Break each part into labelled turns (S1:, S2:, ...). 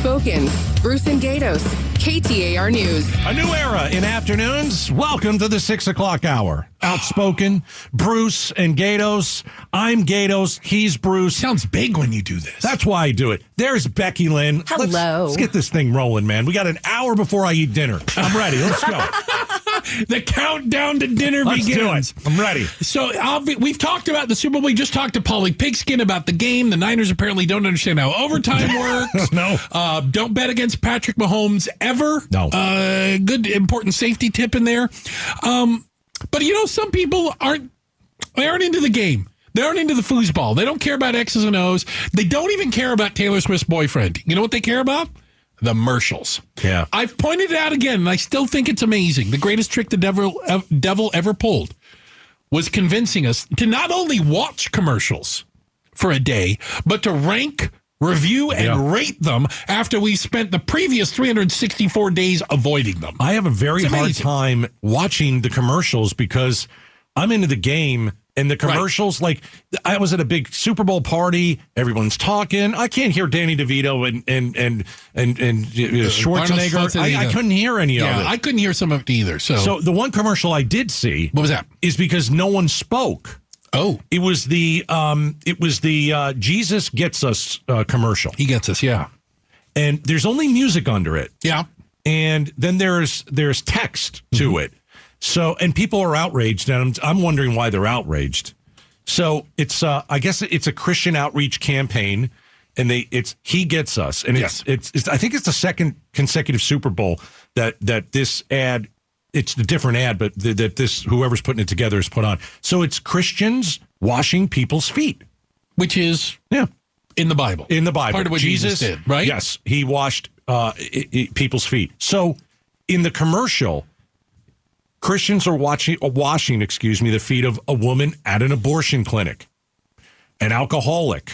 S1: Spoken, Bruce and Gatos, KTAR News.
S2: A new era in afternoons. Welcome to the six o'clock hour. Outspoken, Bruce and Gatos. I'm Gatos. He's Bruce.
S3: Sounds big when you do this.
S2: That's why I do it. There's Becky Lynn. Let's-
S1: Hello.
S2: Let's, get this thing rolling, man. We got an hour before I eat dinner. I'm ready. Let's go.
S3: the countdown to dinner
S2: Let's do
S3: begins.
S2: it. I'm ready.
S3: So obvi- we've talked about the Super Bowl. We just talked to Polly Pigskin about the game. The Niners apparently don't understand how overtime works.
S2: No.
S3: Uh, don't bet against Patrick Mahomes ever.
S2: No.
S3: Uh, good important safety tip in there. Um, but you know, some people aren't they aren't into the game. They aren't into the foosball. They don't care about X's and O's. They don't even care about Taylor Swift's boyfriend. You know what they care about? The Mercials.
S2: Yeah.
S3: I've pointed it out again, and I still think it's amazing. The greatest trick the devil, ev- devil ever pulled was convincing us to not only watch commercials for a day, but to rank, review, and
S2: Yeah.
S3: rate them after we spent the previous 364 days avoiding them.
S2: I have a very
S3: It's
S2: hard
S3: amazing.
S2: time watching the commercials because I'm into the game and the
S3: Right.
S2: commercials. Like I was at a big Super Bowl party, everyone's talking. I can't hear Danny DeVito and and and and and uh, Schwarzenegger. I, I
S3: Schwarzenegger.
S2: couldn't hear any
S3: Yeah,
S2: of it.
S3: I couldn't hear some of it either. So,
S2: so the one commercial I did see
S3: what was that?
S2: is because no one spoke.
S3: Oh,
S2: It was the um, it was the uh, Jesus gets us uh, commercial,
S3: he gets us. Yeah.
S2: and there's only music under it.
S3: Yeah.
S2: and then there's there's text to it. So and people are outraged, and I'm I'm wondering why they're outraged. So it's uh, I guess it's a Christian outreach campaign, and they it's he gets us, and it's,
S3: Yes.
S2: it's it's I think it's the second consecutive Super Bowl that that this ad it's a different ad, but th- that this whoever's putting it together is put on. So it's Christians washing people's feet.
S3: Which is
S2: Yeah
S3: in the Bible.
S2: in the Bible.
S3: Part of what Jesus, did, right?
S2: Yes, he washed uh, i i people's feet. So in the commercial, Christians are watching, uh, washing, excuse me, the feet of a woman at an abortion clinic, an alcoholic.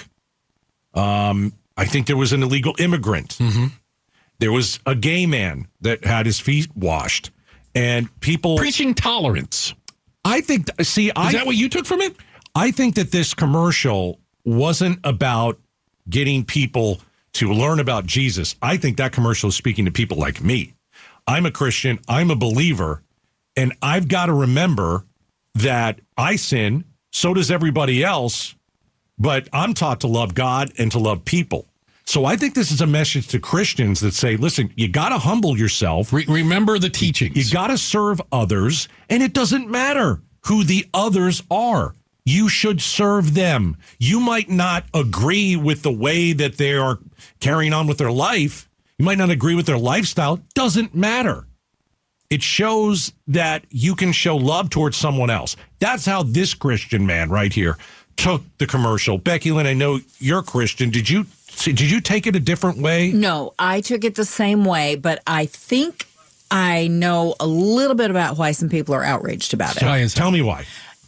S2: Um, I think there was an illegal immigrant.
S3: Mm-hmm.
S2: There was a gay man that had his feet washed, and people.
S3: Preaching tolerance. Is
S2: I think. See, I
S3: that what you took from it?
S2: I think that this commercial wasn't about getting people to learn about Jesus. I think that commercial is speaking to people like me. I'm a Christian, I'm a believer, and I've got to remember that I sin, so does everybody else, but I'm taught to love God and to love people. So I think this is a message to Christians that say, listen, you got to humble yourself.
S3: Re- remember the teachings.
S2: You got to serve others, and it doesn't matter who the others are. You should serve them. You might not agree with the way that they are carrying on with their life. You might not agree with their lifestyle. Doesn't matter. It shows that you can show love towards someone else. That's how this Christian man right here took the commercial. Becky Lynn, I know you're Christian. Did you did you take it a different way?
S4: No, I took it the same way, but I think I know a little bit about why some people are outraged about it.
S3: Why is that?
S2: Tell me why.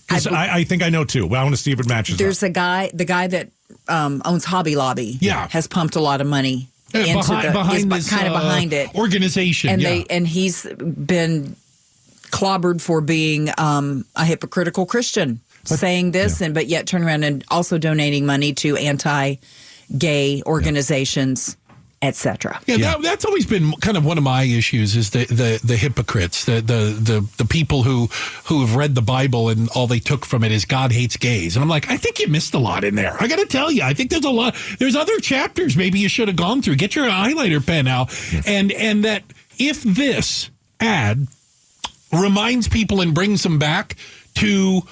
S2: Because I, I, think I know too. Well, I want to see if it matches. up.
S4: There's a guy, the guy that um, owns Hobby Lobby,
S3: Yeah.
S4: has pumped a lot of money
S3: Yeah,
S4: into
S3: behind,
S4: the,
S3: behind this,
S4: is kind of
S3: uh,
S4: behind it,
S3: organization.
S4: and
S3: yeah.
S4: they and he's been clobbered for being um, a hypocritical Christian, saying this and but yet turn around and also donating money to anti-gay organizations, etc.
S3: Yeah, That, that's always been kind of one of my issues is the the, the hypocrites, the, the the the people who who have read the Bible and all they took from it is God hates gays, and I'm like, I think you missed a lot in there. I got to tell you, I think there's a lot. There's other chapters maybe you should have gone through. Get your highlighter pen out, and and that if this ad reminds people and brings them back to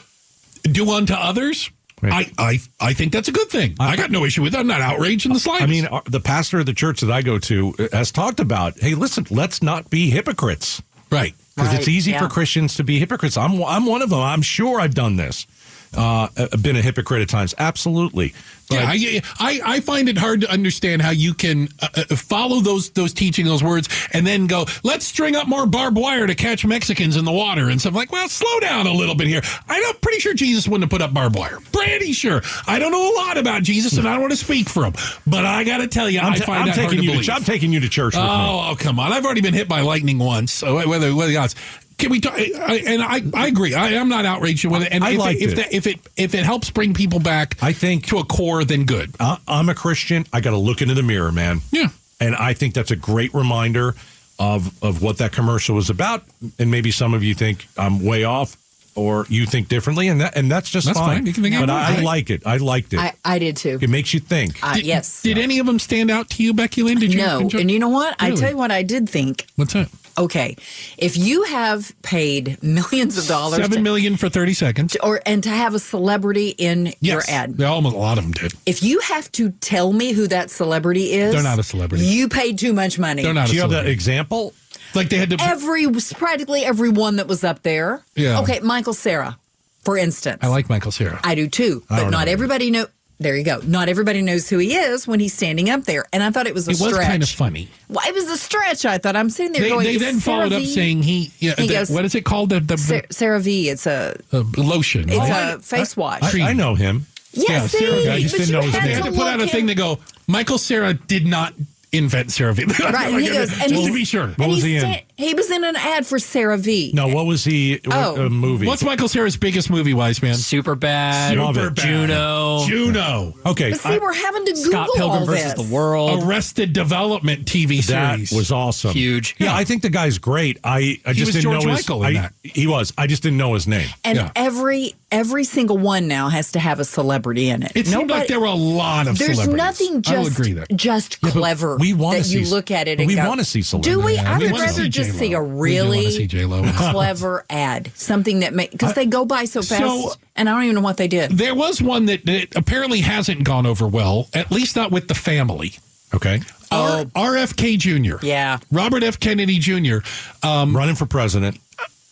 S3: do unto others.
S2: Right.
S3: I, I I think that's a good thing. I, got no issue with it. I'm not outraged in the slightest.
S2: I mean, uh, the pastor of the church that I go to uh, has talked about, hey, listen, let's not be hypocrites
S3: right.
S2: because
S4: Right,
S2: it's easy
S4: yeah.
S2: for Christians to be hypocrites. I'm I'm one of them. I'm sure I've done this. Uh, I've been a hypocrite at times, absolutely. But
S3: Yeah, I, I I find it hard to understand how you can uh, uh, follow those those teaching those words and then go let's string up more barbed wire to catch Mexicans in the water and stuff like well slow down a little bit here I'm pretty sure Jesus wouldn't have put up barbed wire pretty sure I don't know a lot about Jesus and I don't want to speak for him but I got to tell you
S2: I'm,
S3: i
S2: t-
S3: find
S2: I'm
S3: that hard
S2: taking
S3: to
S2: you. To,
S3: believe.
S2: ch- I'm taking you to church with me.
S3: Oh, oh, come on! I've already been hit by lightning once. So whether whether else, can we talk? I, and I, I agree. I, I'm not outraged with it. And
S2: I
S3: if,
S2: liked
S3: if
S2: it.
S3: That, if it if it helps bring people back,
S2: I think- uh,
S3: to a core, then good.
S2: I, I'm a Christian. I got to look into the mirror, man.
S3: Yeah.
S2: And I think that's a great reminder of of what that commercial was about. And maybe some of you think I'm way off, or you think differently, and that and that's just
S3: That's
S2: fine.
S3: fine. You can think
S2: but
S3: anything.
S2: I, I like it. I liked it.
S4: I, I did too.
S2: it makes you think.
S4: Uh, yes.
S3: Did any of them stand out to you, Becky Lynn? Did you
S4: no.
S3: enjoy-
S4: And you know what? I
S3: Really?
S4: tell you what, I did think.
S3: What's that?
S4: Okay, if you have paid millions of dollars, to-
S3: Seven million for thirty seconds.
S4: or and to have a celebrity in your ad,
S3: They almost a lot of them did.
S4: if you have to tell me who that celebrity is,
S3: They're not a celebrity.
S4: You paid too much money.
S3: They're not.
S2: Do
S3: a
S2: you have that
S3: celebrity.
S2: example?
S3: like they had to.
S4: Every practically everyone that was up there.
S3: Yeah.
S4: Okay, Michael Sarah, for instance.
S3: I like Michael Cera.
S4: I do too, but
S2: don't
S4: not
S2: know.
S4: everybody know. There you go. Not everybody knows who he is when he's standing up there, and I thought it was a
S3: It was
S4: stretch.
S3: kind of funny.
S4: Well, it was a stretch. I thought I'm sitting there
S3: They,
S4: going.
S3: they
S4: "Is
S3: then followed
S4: Sarah
S3: up
S4: V-
S3: saying he. Yeah,
S4: He
S3: the-
S4: goes-
S3: what is it called? The, the,
S4: Sa- Sarah V. It's a
S3: uh, lotion.
S4: it's
S3: Oh,
S4: a face wash.
S2: I, I know him.
S3: yeah,
S4: yes,
S3: Sarah V. I
S4: see,
S3: just
S4: but
S3: didn't
S4: you
S3: know his
S4: had
S3: name. They had to put
S4: look
S3: out a
S4: at-
S3: thing to go. Michael Cera did not invent Cera V.
S4: Right, and he goes, and
S3: just
S4: he's-
S3: to be sure.
S2: What
S4: and
S2: was
S4: he's
S2: he in?
S4: sta- He was in an ad for Sarah V.
S2: No, what was he? What,
S4: Oh.
S2: uh, movie?
S3: What's Michael Cera's biggest movie, Wise Man?
S5: Super bad.
S2: Love it.
S5: Juno.
S3: Juno.
S2: okay,
S4: But see,
S2: I-
S4: we're having to Google
S5: Scott Pilgrim
S4: all
S5: versus
S4: this.
S5: the World.
S3: Arrested Development TV
S2: that
S3: series.
S2: was awesome.
S5: Huge.
S2: Yeah, I think the guy's great. I, I just
S3: was
S2: didn't
S3: George
S2: know
S3: Michael
S2: his.
S3: in
S2: I-
S3: that.
S2: He was. I just didn't know his name.
S4: And
S3: Yeah.
S4: every every single one now has to have a celebrity in it.
S3: It seemed like there were a lot of
S4: there's
S3: celebrities.
S4: nothing
S3: I will
S4: just
S3: agree there.
S4: just clever
S2: we wanna
S4: that you
S2: see-
S4: look at it
S2: but
S4: and
S2: we
S4: go,
S2: wanna see
S4: Do we?
S2: celebrity.
S4: I
S3: we
S4: would
S3: wanna
S4: rather
S3: see
S4: just
S3: J-Lo.
S4: see a
S3: We do wanna
S4: really
S3: see J-Lo.
S4: clever ad, something that makes because they go by so fast,
S3: So-
S4: and I don't even know what they did.
S3: There was one that, that apparently hasn't gone over well, at least not with the family.
S2: Okay,
S3: R- RFK Jr.
S4: Yeah.
S3: Robert F. Kennedy Jr. Um,
S2: I'm running for president.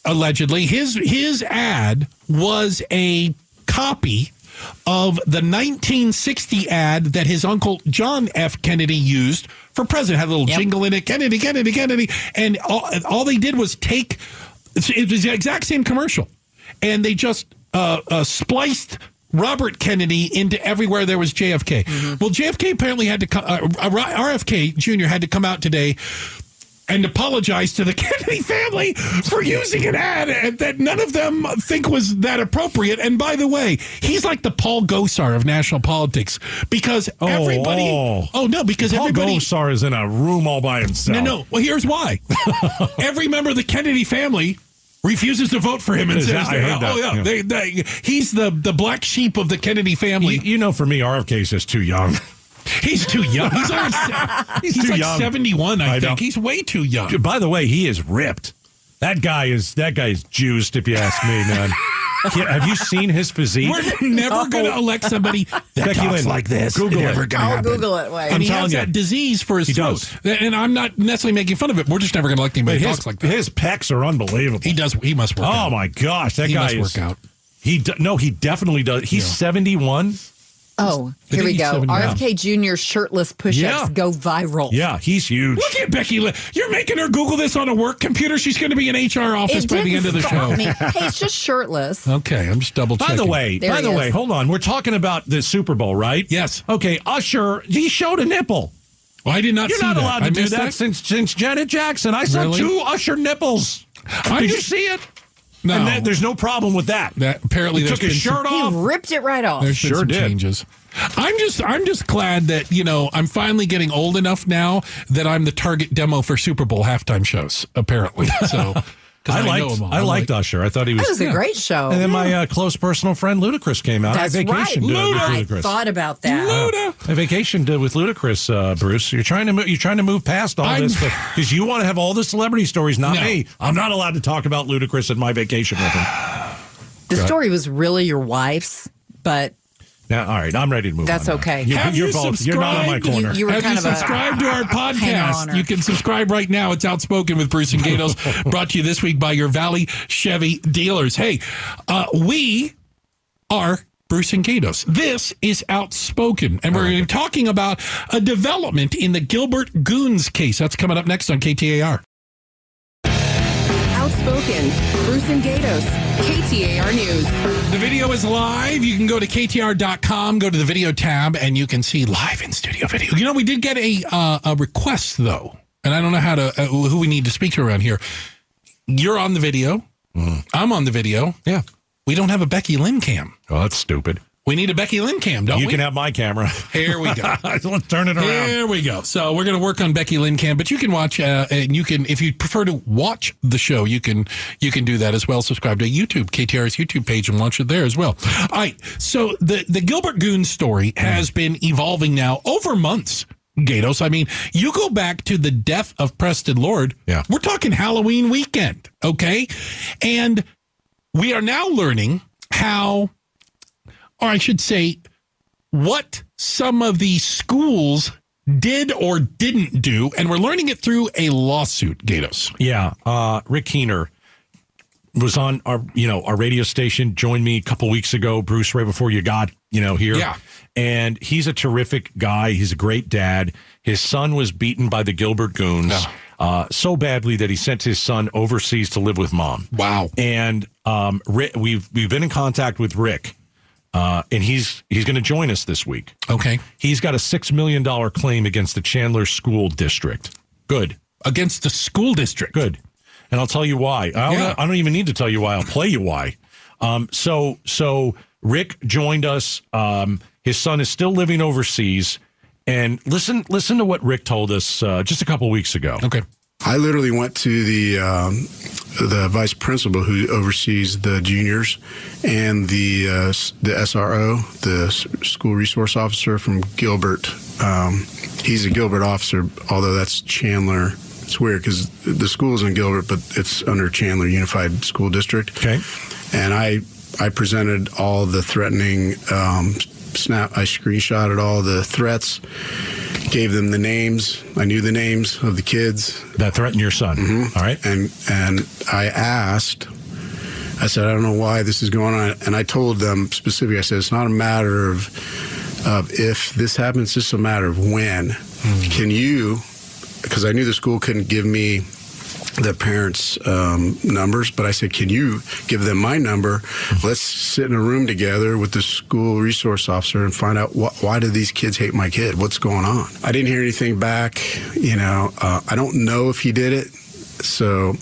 S3: allegedly his his ad was a copy of the 1960 ad that his uncle John F. Kennedy used for president. Had a little
S4: Yep.
S3: jingle in it, Kennedy, Kennedy, Kennedy, and all, all they did was take it was the exact same commercial, and they just uh, uh, spliced. Robert Kennedy into everywhere there was JFK. Well, JFK apparently had to come. Uh, RFK Jr. had to come out today and apologize to the Kennedy family for using an ad that none of them think was that appropriate. And by the way, he's like the Paul Gosar of national politics because everybody.
S2: oh.
S3: Oh no, because
S2: Paul
S3: everybody.
S2: Gosar is in a room all by himself.
S3: No, no. Well, here's why. Every member of the Kennedy family refuses to vote for him and
S2: Is
S3: says,
S2: that- I heard that,
S3: "Oh yeah,
S2: yeah.
S3: They, they, he's the the black sheep of the Kennedy family."
S2: You, you know, for me, RFK is just too young.
S3: he's too young. He's, only, se- he's,
S2: too
S3: like
S2: young.
S3: seventy one. I,
S2: I know.
S3: think he's way too young.
S2: By the way, he is ripped. That guy is that guy is juiced. If you ask me, man. Yeah, have you seen his physique?
S3: We're never going to elect somebody that
S2: Becky
S3: talks
S2: Lynn,
S3: like this.
S2: Google it.
S3: never gonna
S4: I'll
S3: happen.
S4: Google it. Wait.
S3: And he
S2: telling
S3: has
S2: you.
S3: that disease for his
S2: He
S3: throat. And I'm not necessarily making fun of it. We're just never going to elect anybody
S2: But
S3: that
S2: his,
S3: talks like that.
S2: his pecs are unbelievable.
S3: he does. He must work.
S2: oh
S3: out.
S2: my gosh, that
S3: He
S2: guy
S3: must
S2: is.
S3: work out.
S2: He d- no, he definitely does. He's seventy one.
S4: Oh, here
S3: think
S4: we
S3: he's
S4: go.
S3: 79.
S4: RFK Jr. shirtless push-ups
S2: Yeah.
S4: go viral.
S2: Yeah, he's huge.
S3: Look at Becky. Lynn. You're making her Google this on a work computer. She's going to be in HR office
S4: It
S3: by the
S4: didn't
S3: end of the
S4: stop
S3: show.
S4: me. Hey, it's just shirtless.
S3: Okay, I'm just double
S2: By
S3: checking.
S2: the way,
S4: There
S2: by
S4: he
S2: the
S4: is.
S2: way, hold on. We're talking about the Super Bowl, right?
S3: Yes.
S2: Okay, Usher, he showed a nipple.
S3: Well, I did not.
S2: You're
S3: see
S2: not
S3: that.
S2: allowed to
S3: I
S2: do
S3: missed
S2: that, since since Janet Jackson. I saw
S3: Really?
S2: two Usher nipples.
S3: I
S2: Did you
S3: just-
S2: see it?
S3: No.
S2: And that, there's no problem with that.
S3: That- apparently
S2: he
S3: there's
S2: took his
S3: been some-
S2: shirt
S4: He
S2: off.
S4: ripped it right off.
S3: Oh. There's
S2: Sure
S3: been some
S2: did.
S3: changes. I'm just I'm just glad that you know I'm finally getting old enough now that I'm the target demo for Super Bowl halftime shows. Apparently, so 'cause
S2: I
S3: know
S2: liked
S3: 'em all.
S2: I
S3: I'm
S2: liked
S3: like,
S2: Usher. I thought he was.
S4: That was a great show.
S2: and then my uh, close personal friend Ludacris came out.
S4: That's
S2: I vacationed
S4: right.
S2: uh,
S4: I
S2: with Ludacris.
S4: thought about that.
S2: I vacationed uh, with Ludacris, uh, Bruce. You're trying to move, you're trying to move past all
S3: I'm-
S2: this because you want to have all the celebrity stories, not
S3: No.
S2: me. I'm not allowed to talk about Ludacris at my vacation with him.
S4: The story was really your wife's, but
S2: Now, all right, I'm ready to move.
S4: That's
S2: on now.
S4: okay.
S2: You,
S3: Have
S2: you're
S3: you
S2: both. You're not on my
S3: subscribed? You-
S2: corner.
S4: you were
S3: Have you
S4: kind of a-
S3: subscribed to our
S4: Hanger-oner.
S3: podcast? You can subscribe right now. It's Outspoken with Bruce and Gatos, brought to you this week by your Valley Chevy dealers. Hey, uh, we are Bruce and Gatos. This is Outspoken, and we're gonna be talking about a development in the Gilbert Goons case. That's coming up next on KTAR.
S1: Outspoken. Bruce and Gatos. KTAR News.
S3: The video is live. You can go to ktr.com, go to the video tab, and you can see live in studio video. You know, we did get a uh, a request though, and I don't know how to uh, who we need to speak to around here. You're on the video. I'm on the video.
S2: Mm-hmm. yeah.
S3: We don't have a Becky Lynn cam.
S2: Well, Oh, that's stupid.
S3: We need a Becky Lynn cam, don't
S2: you
S3: we?
S2: can have my camera.
S3: Here we go.
S2: Let's turn it around.
S3: There we go. So we're going to work on Becky Lynn Cam, but you can watch uh, and you can if you prefer to watch the show, you can you can do that as well. Subscribe to YouTube KTR's YouTube page and watch it there as well. All right. So the the Gilbert Goon story has been evolving now over months. Gatos. I mean, you go back to the death of Preston Lord.
S2: Yeah.
S3: We're talking Halloween weekend, okay? And we are now learning how, or I should say, what some of the schools did or didn't do, and we're learning it through a lawsuit, Gatos.
S2: Yeah, uh, Rick Keener was on our you know our radio station. Joined me a couple weeks ago, Bruce, right before you got you know here.
S3: Yeah.
S2: and he's a terrific guy. He's a great dad. His son was beaten by the Gilbert Goons uh, so badly that he sent his son overseas to live with mom.
S3: Wow.
S2: And um, Rick, we've we've been in contact with Rick, uh, and he's he's going to join us this week.
S3: Okay.
S2: He's got a six million dollar claim against the Chandler School District. Good.
S3: Against the school district.
S2: Good. And I'll tell you why. I don't,
S3: Yeah.
S2: I don't even need to tell you why. I'll play you why. Um, so, so Rick joined us. Um, his son is still living overseas. And listen, listen to what Rick told us uh, just a couple weeks ago.
S3: Okay.
S5: I literally went to the um, the vice principal who oversees the juniors and the uh, s- the SRO, the s- school resource officer from Gilbert. Um, he's a Gilbert officer, although that's Chandler. It's weird because the school is in Gilbert, but it's under Chandler Unified School District
S2: Okay.
S5: and I I presented all the threatening um, snap. I screenshotted all the threats, gave them the names. I knew the names of the kids,
S2: That threatened your son. All right.
S5: and and I asked. I said, I don't know why this is going on, and I told them specifically. I said, it's not a matter of of if this happens. It's just a matter of when. Can you? Because I knew the school couldn't give me the parents' um, numbers, but I said, "Can you give them my number? Let's sit in a room together with the school resource officer and find out wh- why do these kids hate my kid? What's going on?" I didn't hear anything back. You know, uh, I don't know if he did it, so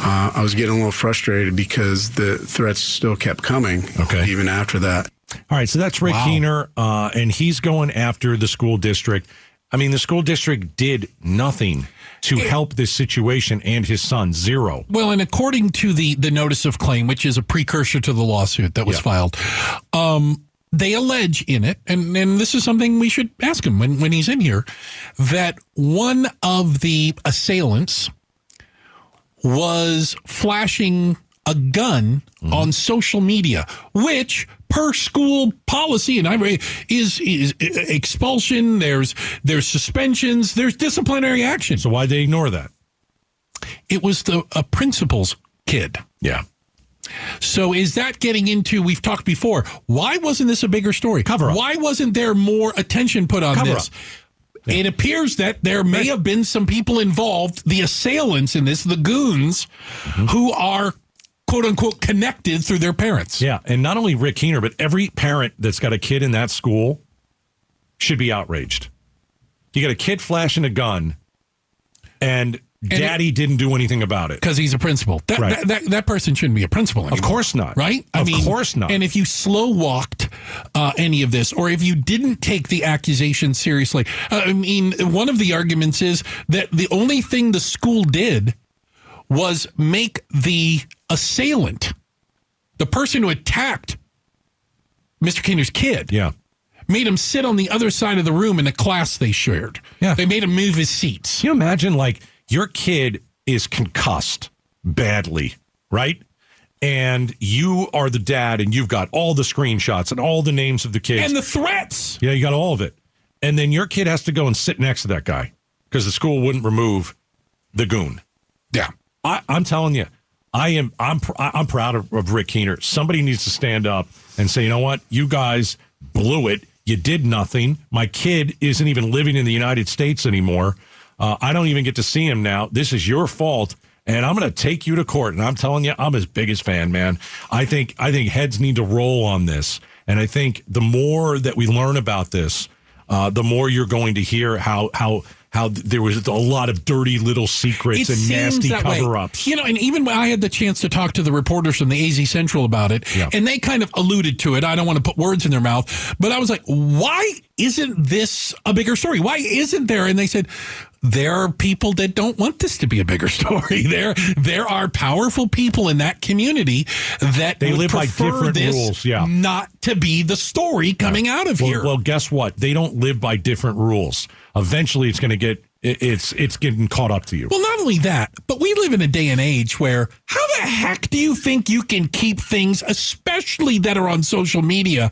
S5: uh, I was getting a little frustrated because the threats still kept coming,
S2: Okay.
S5: even after that.
S2: All right, so that's Rick
S3: Wow.
S2: Keener, uh, and he's going after the school district. I mean, the school district did nothing to help this situation and his son. Zero.
S3: Well, and according to the the notice of claim, which is a precursor to the lawsuit that was filed, um, they allege in it, and and this is something we should ask him when when he's in here, that one of the assailants was flashing a gun on social media, which per school policy and I re- is is uh, expulsion. There's there's suspensions. There's disciplinary action.
S2: So why'd they ignore that?
S3: It was the a principal's kid.
S2: Yeah.
S3: So is that getting into we've talked before? Why wasn't this a bigger story? Cover
S2: up.
S3: Why wasn't there more attention put on
S2: Cover
S3: this?
S2: up.
S3: It appears that there may have been some people involved, the assailants in this, the goons,
S2: Mm-hmm.
S3: who are quote unquote connected through their parents.
S2: Yeah, and not only Rick Keener, but every parent that's got a kid in that school should be outraged. You got a kid flashing a gun, and, daddy didn't do anything about it.
S3: Because he's a principal. That,
S2: Right.
S3: that, that, that person shouldn't be a principal anymore.
S2: Of course not.
S3: Right?
S2: of course not.
S3: And if you slow walked uh, any of this, or if you didn't take the accusation seriously, uh, I mean, one of the arguments is that the only thing the school did was make the assailant, the person who attacked Mr. Keener's kid,
S2: yeah.
S3: made him sit on the other side of the room in a class they shared.
S2: Yeah.
S3: They made him move his seats.
S2: Can you imagine, like, your kid is concussed badly, right? And you are the dad, and you've got all the screenshots and all the names of the kids.
S3: And the threats.
S2: Yeah, you got all of it. And then your kid has to go and sit next to that guy because the school wouldn't remove the goon.
S3: Yeah.
S2: I, I'm telling you, I am. I'm. pr- I- I'm proud of, of Rick Keener. Somebody needs to stand up and say, you know what, you guys blew it. You did nothing. My kid isn't even living in the United States anymore. Uh, I don't even get to see him now. This is your fault, and I'm going to take you to court. And I'm telling you, I'm his biggest fan, man. I think. I think heads need to roll on this. And I think the more that we learn about this, uh, the more you're going to hear how how how th- there was a lot of dirty little secrets and nasty
S3: that way.
S2: cover ups.
S3: You know, and even when I had the chance to talk to the reporters from the AZ Central about it,
S2: Yeah.
S3: and they kind of alluded to it. I don't want to put words in their mouth, but I was like, why isn't this a bigger story? Why isn't there? And they said, there are people that don't want this to be a bigger story. There, there are powerful people in that community that
S2: They
S3: would
S2: live by
S3: prefer
S2: different
S3: this
S2: rules, yeah.
S3: not to be the story coming out of
S2: well,
S3: here.
S2: well, guess what? They don't live by different rules. Eventually, it's going to get it, it's it's getting caught up to you.
S3: Well, not only that, but we live in a day and age where how the heck do you think you can keep things, especially that are on social media,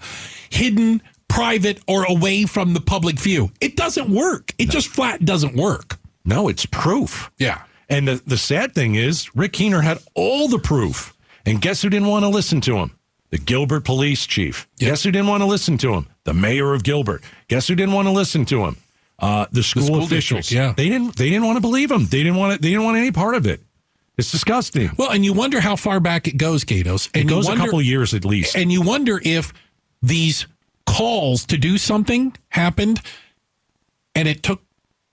S3: hidden, private, or away from the public view? It doesn't work. It just flat doesn't work.
S2: No, it's proof.
S3: Yeah.
S2: And the, the sad thing is, Rick Keener had all the proof. And guess who didn't want to listen to him? The Gilbert police chief. Guess who didn't want to listen to him? The mayor of Gilbert. Guess who didn't want to listen to him? Uh, the, school
S3: school
S2: officials.
S3: district, yeah.
S2: They didn't they didn't want to believe him. They didn't want to, they didn't want any part of it. It's disgusting.
S3: Well, and you wonder how far back it goes, Gatos. And
S2: It
S3: you
S2: goes
S3: wonder-
S2: a couple years at least.
S3: and you wonder if these calls to do something happened and it took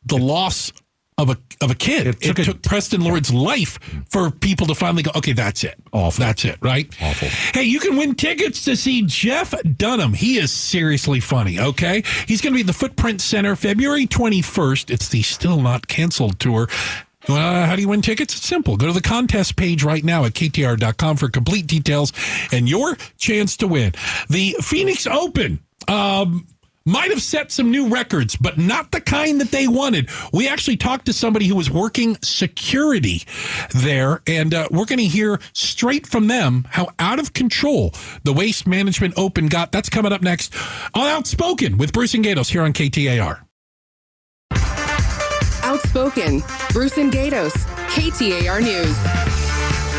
S3: the loss of a of a kid. It took,
S2: took a-
S3: Preston Lord's life for people to finally go, okay, that's it. Awful. That's it, right? Awful. Hey, you can win tickets to see Jeff Dunham. He is seriously funny, okay? He's going to be at the Footprint Center February 21st. It's the still not canceled tour. Well, how do you win tickets? It's simple. Go to the contest page right now at ktr.com for complete details and your chance to win. The Phoenix Open. Um, might have set some new records, but not the kind that they wanted. We actually talked to somebody who was working security there, and uh, we're going to hear straight from them how out of control the Waste Management Open got. That's coming up next on Outspoken with Bruce and Gatos here on KTAR.
S1: Outspoken. Bruce and Gatos. KTAR News.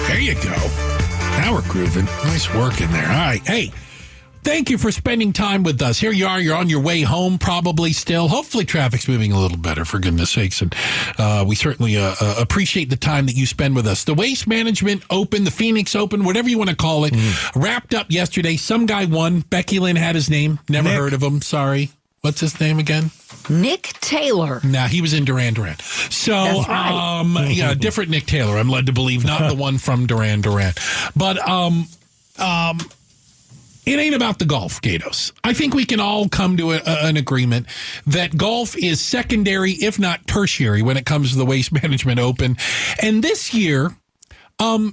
S3: There you go. Now we're grooving. Nice work in there. All right. Hey, thank you for spending time with us. Here you are. You're on your way home, probably still. Hopefully, traffic's moving a little better, for goodness sakes. And uh, we certainly uh, uh, appreciate the time that you spend with us. The Waste Management Open, the Phoenix Open, whatever you want to call it, wrapped up yesterday. Some guy won. Becky Lynn had his name. Never heard of him. Sorry. What's his name again?
S4: Nick Taylor.
S3: Nah, he was in Duran Duran. So,
S4: That's right.
S3: um, yeah, different Nick Taylor. I'm led to believe not the one from Duran Duran, but um, um, it ain't about the golf, Gatos. I think we can all come to a, a- an agreement that golf is secondary, if not tertiary, when it comes to the Waste Management Open. And this year, um,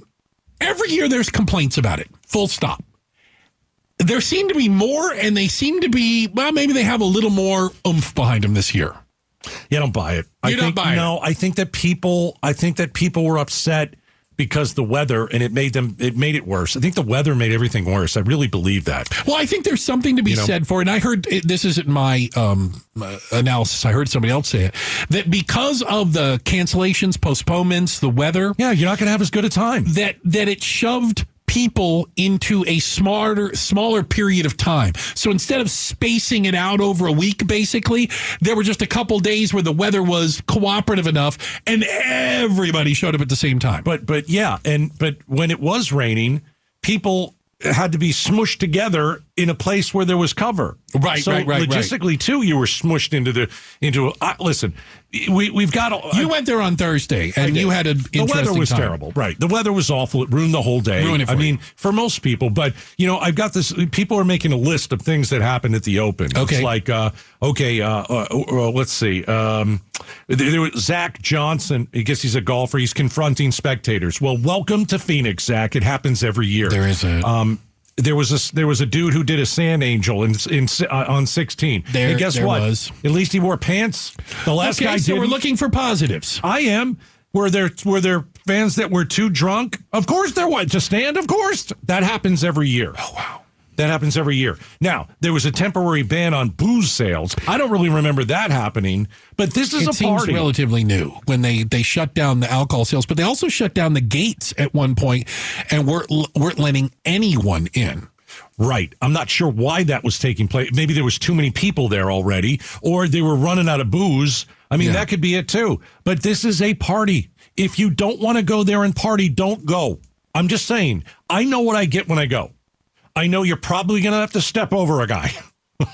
S3: every year there's complaints about it. Full stop there seem to be more, and they seem to be well. Maybe they have a little more oomph behind them this year.
S2: Yeah, I don't buy it. I
S3: You don't
S2: think,
S3: buy it.
S2: No, I think that people. I think that people were upset because the weather, and it made them. It made it worse. I think the weather made everything worse. I really believe that.
S3: Well, I think there's something to be
S2: know?
S3: said for it. And I heard it, this isn't my um, uh, analysis. I heard somebody else say it that because of the cancellations, postponements, the weather,
S2: Yeah, you're not going to have as good a time.
S3: that that it shoved people into a smarter smaller period of time so instead of spacing it out over a week basically there were just a couple days where the weather was cooperative enough and everybody showed up at the same time
S2: But but yeah, and but when it was raining, people had to be smushed together in a place where there was cover.
S3: Right,
S2: so
S3: right, right, right.
S2: Logistically, too, you were smushed into the into. A, I listen, we we've got. A,
S3: you went there on thursday and
S2: did.
S3: you had an
S2: the
S3: interesting
S2: weather was
S3: time.
S2: terrible. Right, the weather was awful. It ruined the whole day.
S3: Ruined it for
S2: I
S3: you.
S2: mean, for most people, but you know, I've got this. People are making a list of things that happened at the Open.
S3: Okay.
S2: it's like uh, okay, uh, uh, uh, let's see. Um, there, there was Zach Johnson. I guess he's a golfer. He's confronting spectators. Well, welcome to Phoenix, Zach. It happens every year.
S3: there is a
S2: Um, there was a there was a dude who did a sand angel in in uh, on sixteen.
S3: There-
S2: and guess
S3: there
S2: what?
S3: was.
S2: At least he wore pants. The last
S3: okay
S2: guy
S3: so we're
S2: didn't.
S3: looking for positives
S2: I am. Were there were there fans that were too drunk? Of course there was. To stand, of course. That happens every year. Oh wow. That happens every year. Now, there was a temporary ban on booze sales. I don't really remember that happening, but this is
S3: it
S2: a
S3: seems
S2: party.
S3: relatively new when they they shut down the alcohol sales, but they also shut down the gates at one point and weren't weren't letting anyone in.
S2: right. I'm not sure why that was taking place. Maybe there was too many people there already or they were running out of booze. I mean, that could be it too. But this is a party. If you don't want to go there and party, don't go. I'm just saying. I know what I get when I go. I know you're probably going to have to step over a guy.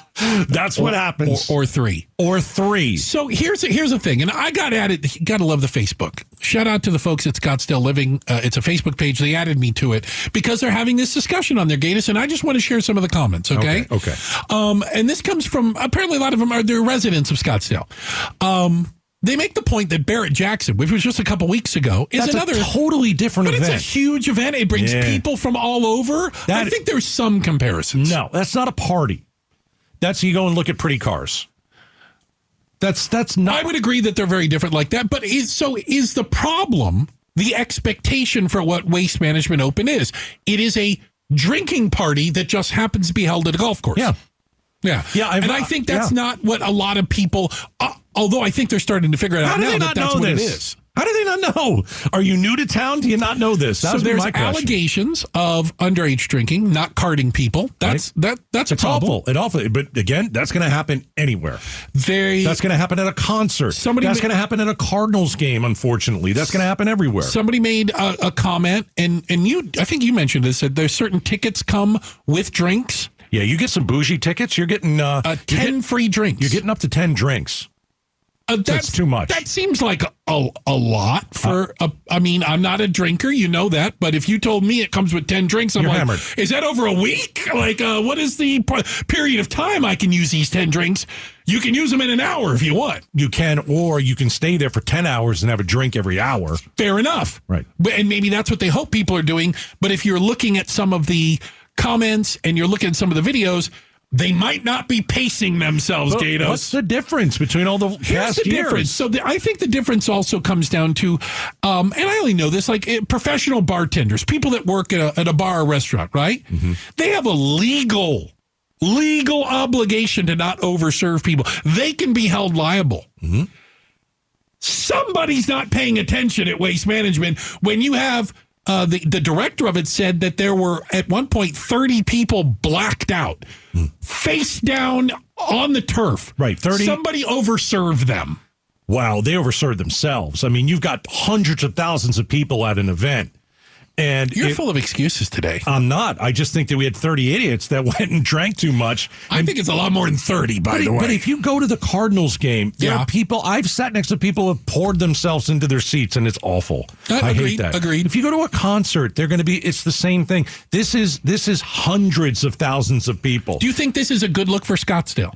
S2: That's what happens.
S3: or, or three.
S2: Or three.
S3: So here's here's the thing, and I got added. Gotta love the Facebook. Shout out to the folks at Scottsdale Living. Uh, it's a Facebook page. They added me to it because they're having this discussion on their Gatus, and I just want to share some of the comments. Okay.
S2: Okay, okay.
S3: Um, and this comes from apparently a lot of them are they're residents of Scottsdale. Um, they make the point that Barrett Jackson, which was just a couple weeks ago, is
S2: That's
S3: another
S2: a totally different
S3: But
S2: event.
S3: it's a huge event. It brings
S2: Yeah.
S3: people from all over. I
S2: That-
S3: think there's some comparisons.
S2: No, that's not a party. That's you go and look at pretty cars. That's that's not.
S3: I would agree that they're very different like that. But is so is the problem the expectation for what Waste Management Open is? It is a drinking party that just happens to be held at a golf course.
S2: yeah,
S3: yeah,
S2: Yeah, I've-
S3: and I think that's
S2: yeah.
S3: not what a lot of people. Uh, although I think they're starting to figure it
S2: how
S3: out
S2: do
S3: now
S2: they
S3: that
S2: not
S3: that's
S2: know
S3: what
S2: this?
S3: it is.
S2: How do they not know? Are you new to town? Do you not know this? That
S3: so
S2: was
S3: there's
S2: my question.
S3: allegations of underage drinking, not carding people. That's that that's a
S2: It's
S3: problem.
S2: awful. It awful. But again, that's going to happen anywhere.
S3: They
S2: That's going to happen at a concert.
S3: Somebody
S2: that's
S3: ma-
S2: going to happen at a Cardinals game. Unfortunately, that's going to happen everywhere.
S3: Somebody made a, a comment, and and you, I think you mentioned this that there's certain tickets come with drinks,
S2: yeah, you get some bougie tickets. You're getting uh,
S3: uh,
S2: you're,
S3: ten
S2: getting,
S3: free drinks.
S2: you're getting up to ten drinks.
S3: Uh,
S2: that's too much. Uh,
S3: That seems like a a lot for a. I mean, I'm not a drinker, you know that, but if you told me it comes with ten drinks, I'm
S2: You're
S3: like,
S2: hammered.
S3: is that over a week? Like, uh, what is the par- period of time I can use these ten drinks? You can use them in an hour if you want.
S2: You can, or you can stay there for ten hours and have a drink every hour.
S3: fair enough.
S2: Right.
S3: But- And maybe that's what they hope people are doing. But if you're looking at some of the comments and you're looking at some of the videos, they might not be pacing themselves,
S2: But
S3: Gatos.
S2: What's the difference between all the
S3: Here's
S2: past
S3: the
S2: years?
S3: difference. So the, I think the difference also comes down to, um, and I only know this, like eh, professional bartenders, people that work at a, at a bar or restaurant, right? They have a legal, legal obligation to not overserve people. They can be held liable. Somebody's not paying attention at waste management when you have. Uh, the, the director of it said that there were at one point 30 people blacked out, face down on the turf.
S2: Hmm. Right, 30
S3: Somebody overserved them.
S2: Wow, they overserved themselves. I mean, you've got hundreds of thousands of people at an event, and
S3: You're
S2: it-
S3: full of excuses today.
S2: I'm not. I just think that we had 30 idiots that went and drank too much.
S3: I think it's a lot more than 30, by
S2: But,
S3: the
S2: if-
S3: way.
S2: but if you go to the Cardinals game, there
S3: Yeah.
S2: are people. I've sat next to people who have poured themselves into their seats, and it's awful.
S3: Uh,
S2: I
S3: agreed,
S2: hate that.
S3: agreed.
S2: If you go to a concert, they're going to be. It's the same thing. This is this is hundreds of thousands of people.
S3: do you think this is a good look for Scottsdale?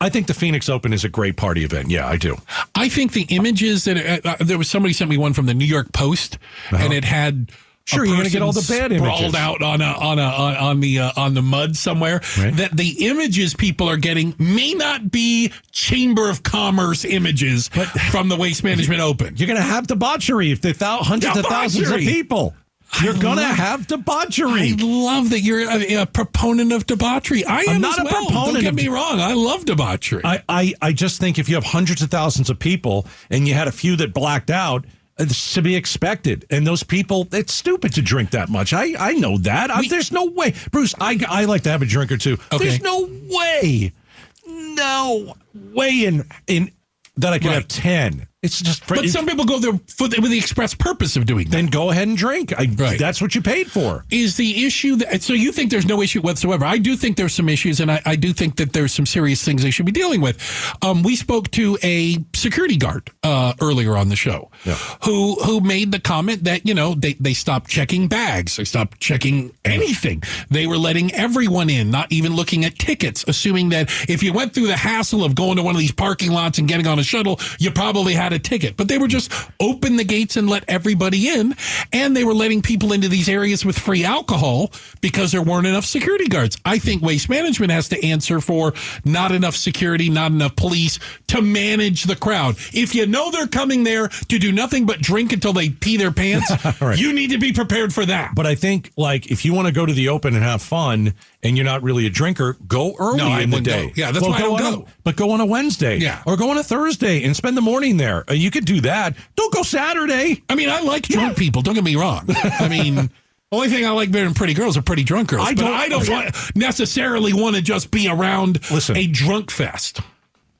S2: I think the Phoenix Open is a great party event. Yeah, I do.
S3: I think the images that uh, uh, there was somebody sent me one from the New York Post, and it had
S2: Uh-huh. Sure,
S3: a
S2: you're gonna get
S3: person
S2: all the bad
S3: sprawled
S2: images.
S3: out on a on a on, on the uh, on the mud somewhere.
S2: Right.
S3: That the images people are getting may not be Chamber of Commerce images from the Waste Management Open.
S2: You're going to have debauchery if they thou hundreds of thousands of
S3: Debauchery.
S2: people. You're going to have debauchery.
S3: I love that you're a, a proponent of debauchery. I am
S2: not
S3: as
S2: a
S3: well. Don't
S2: proponent
S3: get
S2: of-
S3: me wrong. I love debauchery.
S2: I, I, I just think if you have hundreds of thousands of people and you had a few that blacked out, it's to be expected. And those people, it's stupid to drink that much. I, I know that. I, there's no way. Bruce, I, I like to have a drink or two.
S3: Okay.
S2: There's no way, no way in, in that I could
S3: Right.
S2: have 10. It's just,
S3: but some people go there for the, with the express purpose of doing that.
S2: then go ahead and drink. I,
S3: Right.
S2: That's what you paid for.
S3: Is the issue that so you think there's no issue whatsoever? I do think there's some issues, and I, I do think that there's some serious things they should be dealing with. Um, we spoke to a security guard uh, earlier on the show, who who made the comment that you know they they stopped checking bags, they stopped checking anything. They were letting everyone in, not even looking at tickets, assuming that if you went through the hassle of going to one of these parking lots and getting on a shuttle, you probably had a ticket. But they were just open the gates and let everybody in, and they were letting people into these areas with free alcohol because there weren't enough security guards. I think waste management has to answer for not enough security, not enough police to manage the crowd. If you know they're coming there to do nothing but drink until they pee their pants, you need to be prepared for that.
S2: But I think, like, if you want to go to the open and have fun, and you're not really a drinker, go early
S3: No, I
S2: in the
S3: wouldn't
S2: day.
S3: go. Yeah, that's why I
S2: on
S3: don't
S2: a-
S3: go.
S2: but go on a Wednesday,
S3: Yeah.
S2: or go on a Thursday and spend the morning there. Uh, You could do that. Don't go Saturday.
S3: I mean, I like drunk people. Don't get me wrong. I mean, only thing I like better than pretty girls are pretty drunk girls.
S2: I
S3: but
S2: don't-
S3: I don't want, necessarily want to just be around
S2: Listen.
S3: a drunk fest.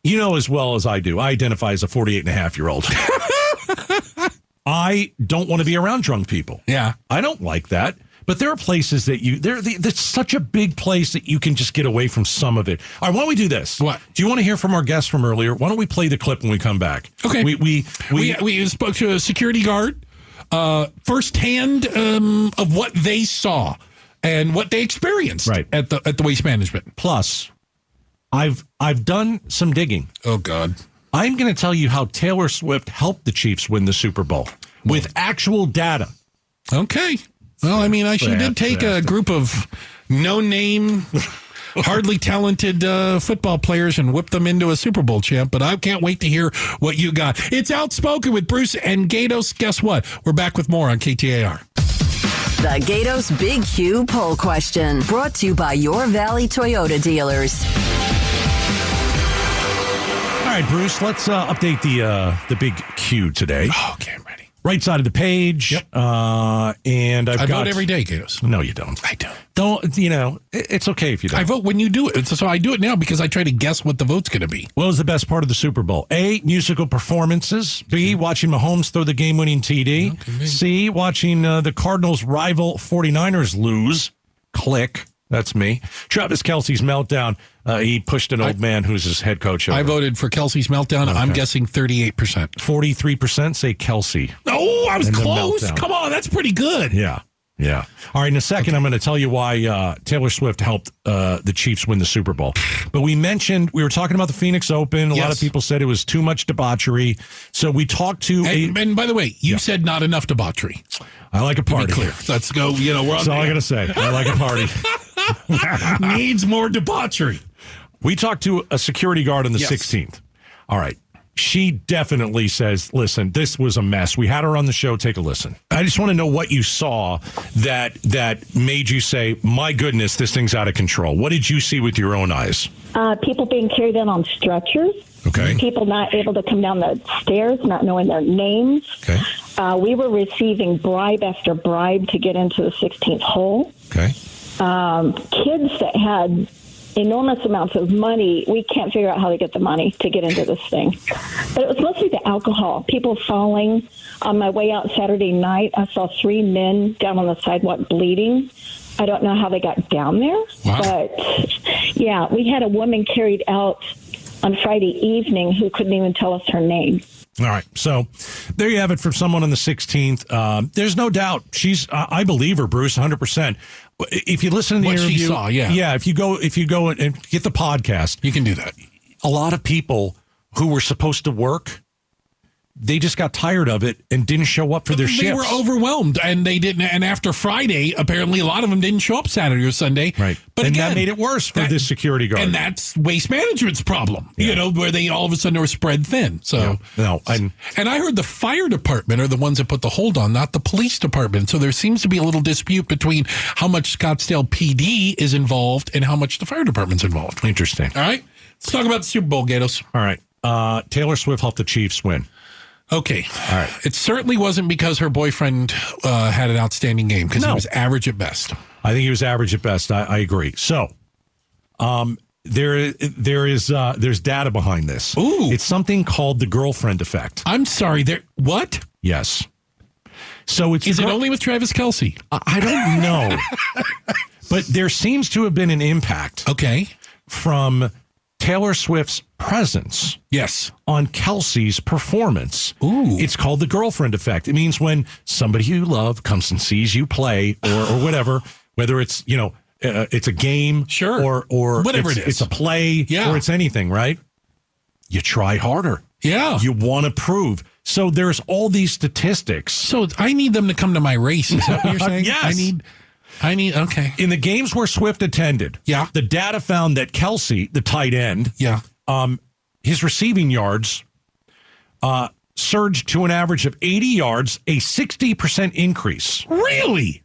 S2: You know as well as I do. I identify as a 48 and a half year old. I don't want to be around drunk people.
S3: Yeah.
S2: I don't like that But there are places that you there. the- That's such a big place that you can just get away from some of it. All right, why don't we do this?
S3: What?
S2: do you want to hear from our guest from earlier? Why don't we play the clip when we come back?
S3: Okay.
S2: We we we.
S3: We, we spoke to a security guard uh, firsthand um, of what they saw and what they experienced
S2: Right.
S3: at the at the waste management.
S2: plus, I've I've done some digging.
S3: Oh God!
S2: I'm going to tell you how Taylor Swift helped the Chiefs win the Super Bowl with actual data.
S3: Okay. Well, I mean, I she did take a group of no name, hardly talented uh, football players and whip them into a Super Bowl champ. But I can't wait to hear what you got. It's outspoken with Bruce and Gatos. Guess what? We're back with more on KTAR.
S6: The Gatos Big Q poll question brought to you by your Valley Toyota dealers.
S2: All right, Bruce, let's uh, update the uh, the big Q today.
S3: Okay, I'm ready.
S2: Right side of the page.
S3: Yep.
S2: Uh, and I've
S3: I
S2: got
S3: vote every day, Gatos.
S2: No, you don't.
S3: I do.
S2: Don't you know? it- It's okay if you don't.
S3: I vote when you do it. So, so I do it now because I try to guess what the vote's going to be.
S2: What was the best part of the Super Bowl? A. Musical performances. B. Watching Mahomes throw the game winning TD. C. Watching uh, the Cardinals' rival 49ers lose. Click. That's me. Travis Kelsey's meltdown. Uh, he pushed an old man who's his head coach.
S3: I
S2: Over.
S3: voted for Kelsey's meltdown. I'm guessing 38%.
S2: 43% say Kelsey.
S3: Oh, I was
S2: And the
S3: close.
S2: meltdown.
S3: Come on. That's pretty good.
S2: Yeah. Yeah. All right. In a second, I'm going to tell you why uh, Taylor Swift helped uh, the Chiefs win the Super Bowl. But we mentioned, we were talking about the Phoenix Open. A lot of
S3: Yes.
S2: people said it was too much debauchery. So we talked to a.
S3: And, and by the way, you said not enough debauchery.
S2: I like a
S3: Be
S2: party.
S3: clear. Let's go. You know, we're on
S2: That's all I gotta say. I like a party.
S3: needs more debauchery.
S2: we talked to a security guard on the
S3: Yes.
S2: 16th. All right. She definitely says, listen, this was a mess. We had her on the show. Take a listen. I just want to know what you saw that that made you say, My goodness, this thing's out of control. What did you see with your own eyes?
S7: Uh, people being carried in on stretchers.
S2: Okay.
S7: People not able to come down the stairs, not knowing their names.
S2: Okay.
S7: Uh, we were receiving bribe after bribe to get into the 16th hole.
S2: Okay.
S7: Kids that had enormous amounts of money, we can't figure out how to get the money to get into this thing. But it was mostly the alcohol. People falling. On my way out Saturday night, I saw three men down on the sidewalk bleeding. I don't know how they got down there,
S3: Wow.
S7: but yeah, we had a woman carried out on Friday evening who couldn't even tell us her name.
S2: All right. So there you have it from someone on the 16th. Um, there's no doubt. She's, I I believe her, Bruce, 100%. If you listen to the
S3: What she
S2: interview,
S3: saw, yeah.
S2: yeah. If you go, if you go and- and get the podcast,
S3: You can do that.
S2: a lot of people who were supposed to work, they just got tired of it and didn't show up for their
S3: they
S2: shifts.
S3: were overwhelmed, and they didn't. And after Friday, apparently, a lot of them didn't show up Saturday or Sunday.
S2: Right.
S3: but
S2: And that
S3: again,
S2: made it worse for this security guard.
S3: And that's waste management's problem. You know, where they all of a sudden were spread thin. So
S2: No, and
S3: And, I heard the fire department are the ones that put the hold on, not the police department. So there seems to be a little dispute between how much Scottsdale PD is involved and how much the fire department's involved.
S2: interesting.
S3: All right. Let's talk about the Super Bowl, Gatos.
S2: All right. Uh, Taylor Swift helped the Chiefs win.
S3: Okay. All right. It certainly wasn't because her boyfriend uh, had an outstanding game because
S2: No.
S3: he was average at best.
S2: I think he was average at best. I, I agree. So, um, there, there is, uh, there's data behind this.
S3: Ooh.
S2: It's something called the girlfriend effect.
S3: I'm sorry. There. What
S2: Yes. So it's
S3: is it
S2: gr-
S3: only with Travis Kelsey?
S2: I I don't know, but there seems to have been an impact
S3: Okay.
S2: from Taylor Swift's presence
S3: Yes.
S2: on Kelsey's performance.
S3: Ooh.
S2: It's called the girlfriend effect. It means when somebody you love comes and sees you play or, or whatever, whether it's, you know, uh, it's a game
S3: Sure.
S2: or, or
S3: Whatever
S2: it's,
S3: it
S2: it's
S3: is.
S2: a play
S3: Yeah.
S2: or it's anything, right? You try harder.
S3: Yeah.
S2: You want to prove. So there's all these statistics.
S3: so I need them to come to my race. Is that what you're saying?
S2: Yes.
S3: I need. I need. Okay.
S2: In the games where Swift attended,
S3: Yeah.
S2: the data found that Kelsey, the tight end,
S3: Yeah.
S2: um, his receiving yards uh, surged to an average of 80 yards, a 60% increase
S3: Really?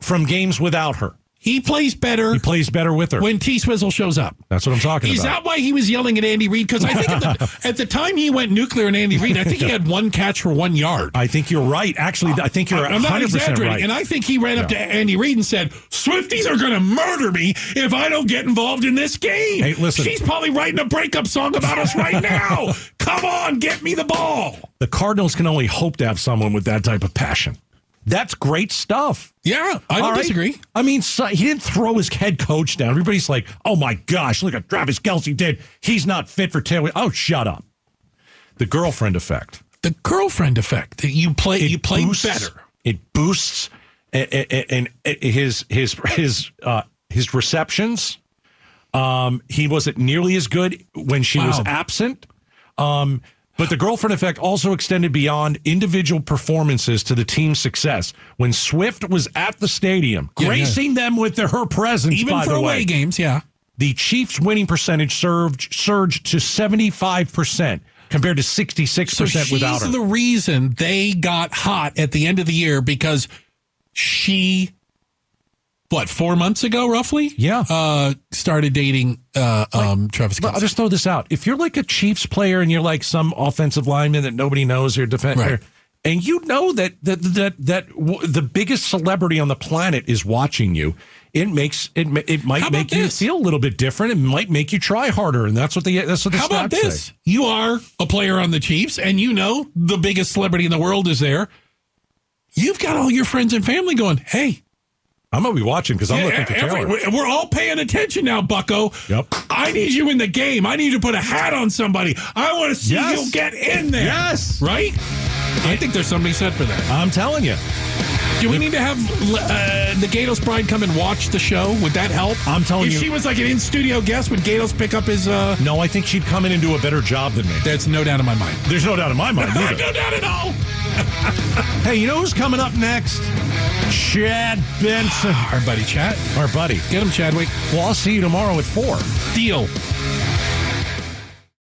S2: from games without her.
S3: He plays better
S2: He plays better with her.
S3: when T Swizzle shows up.
S2: That's what I'm talking
S3: Is
S2: about.
S3: that why he was yelling at Andy Reid? Because I think at the, at the time he went nuclear on Andy Reid, I think he had one catch for one yard.
S2: I think you're right. Actually, I think you're
S3: I'm not
S2: 100%
S3: exaggerating.
S2: right.
S3: And I think he ran up to Andy Reid and said, Swifties are going to murder me if I don't get involved in this game.
S2: Hey, listen.
S3: She's probably writing a breakup song about us right now. Come on, get me the ball.
S2: the Cardinals can only hope to have someone with that type of passion. That's great stuff.
S3: Yeah, I don't
S2: All right?
S3: disagree.
S2: I mean, so he didn't throw his head coach down. Everybody's like, oh my gosh, look at Travis Kelsey did. He's not fit for tailwind. Oh, shut up. The girlfriend effect.
S3: The girlfriend effect. that You play. you play
S2: boosts-
S3: better.
S2: It boosts and, and, his his his uh, his receptions. Um, he wasn't nearly as good when she was
S3: Wow.
S2: absent. Um, but the girlfriend effect also extended beyond individual performances to the team's success. When Swift was at the stadium,
S3: Yeah, yeah.
S2: gracing them with their, her presence,
S3: Even
S2: by
S3: for
S2: the
S3: away
S2: way,
S3: games. Yeah.
S2: the Chiefs' winning percentage surged surged to seventy five percent compared to sixty six
S3: So
S2: percent
S3: she's
S2: without her.
S3: the reason they got hot at the end of the year because she, what, four months ago, roughly?
S2: Yeah.
S3: Uh, started dating uh, um, Travis
S2: But
S3: Kelsey.
S2: I'll just throw this out. If you're like a Chiefs player and you're like some offensive lineman that nobody knows or defender,
S3: Right.
S2: and you know that that that that w- the biggest celebrity on the planet is watching you, it makes it ma- it might
S3: How about
S2: make you
S3: this?
S2: feel a little bit different. It might make you try harder, and that's what the that's what the
S3: How about
S2: stats
S3: this?
S2: Say.
S3: You are a player on the Chiefs, and you know the biggest celebrity in the world is there. You've got all your friends and family going, hey,
S2: I'm gonna be watching because I'm
S3: yeah,
S2: looking for
S3: every-
S2: Taylor.
S3: we're all paying attention now, Bucko.
S2: Yep.
S3: I need you in the game. I need you to put a hat on somebody. I want to see
S2: Yes.
S3: you get in there.
S2: Yes.
S3: Right? I think there's something said for that.
S2: I'm telling you,
S3: Do we need to have uh, the Gatos bride come and watch the show? Would that help?
S2: I'm telling
S3: if
S2: you-
S3: she was like an in-studio guest, would Gatos pick up his? uh
S2: no, I think she'd come in and do a better job than me.
S3: That's no doubt in my mind.
S2: There's no doubt in my mind. either.
S3: no doubt at all.
S2: hey, you know who's coming up next? Chad Benson,
S3: Our buddy Chat.
S2: our buddy.
S3: Get him, Chadwick.
S2: Well, I'll see you tomorrow at four.
S3: Deal.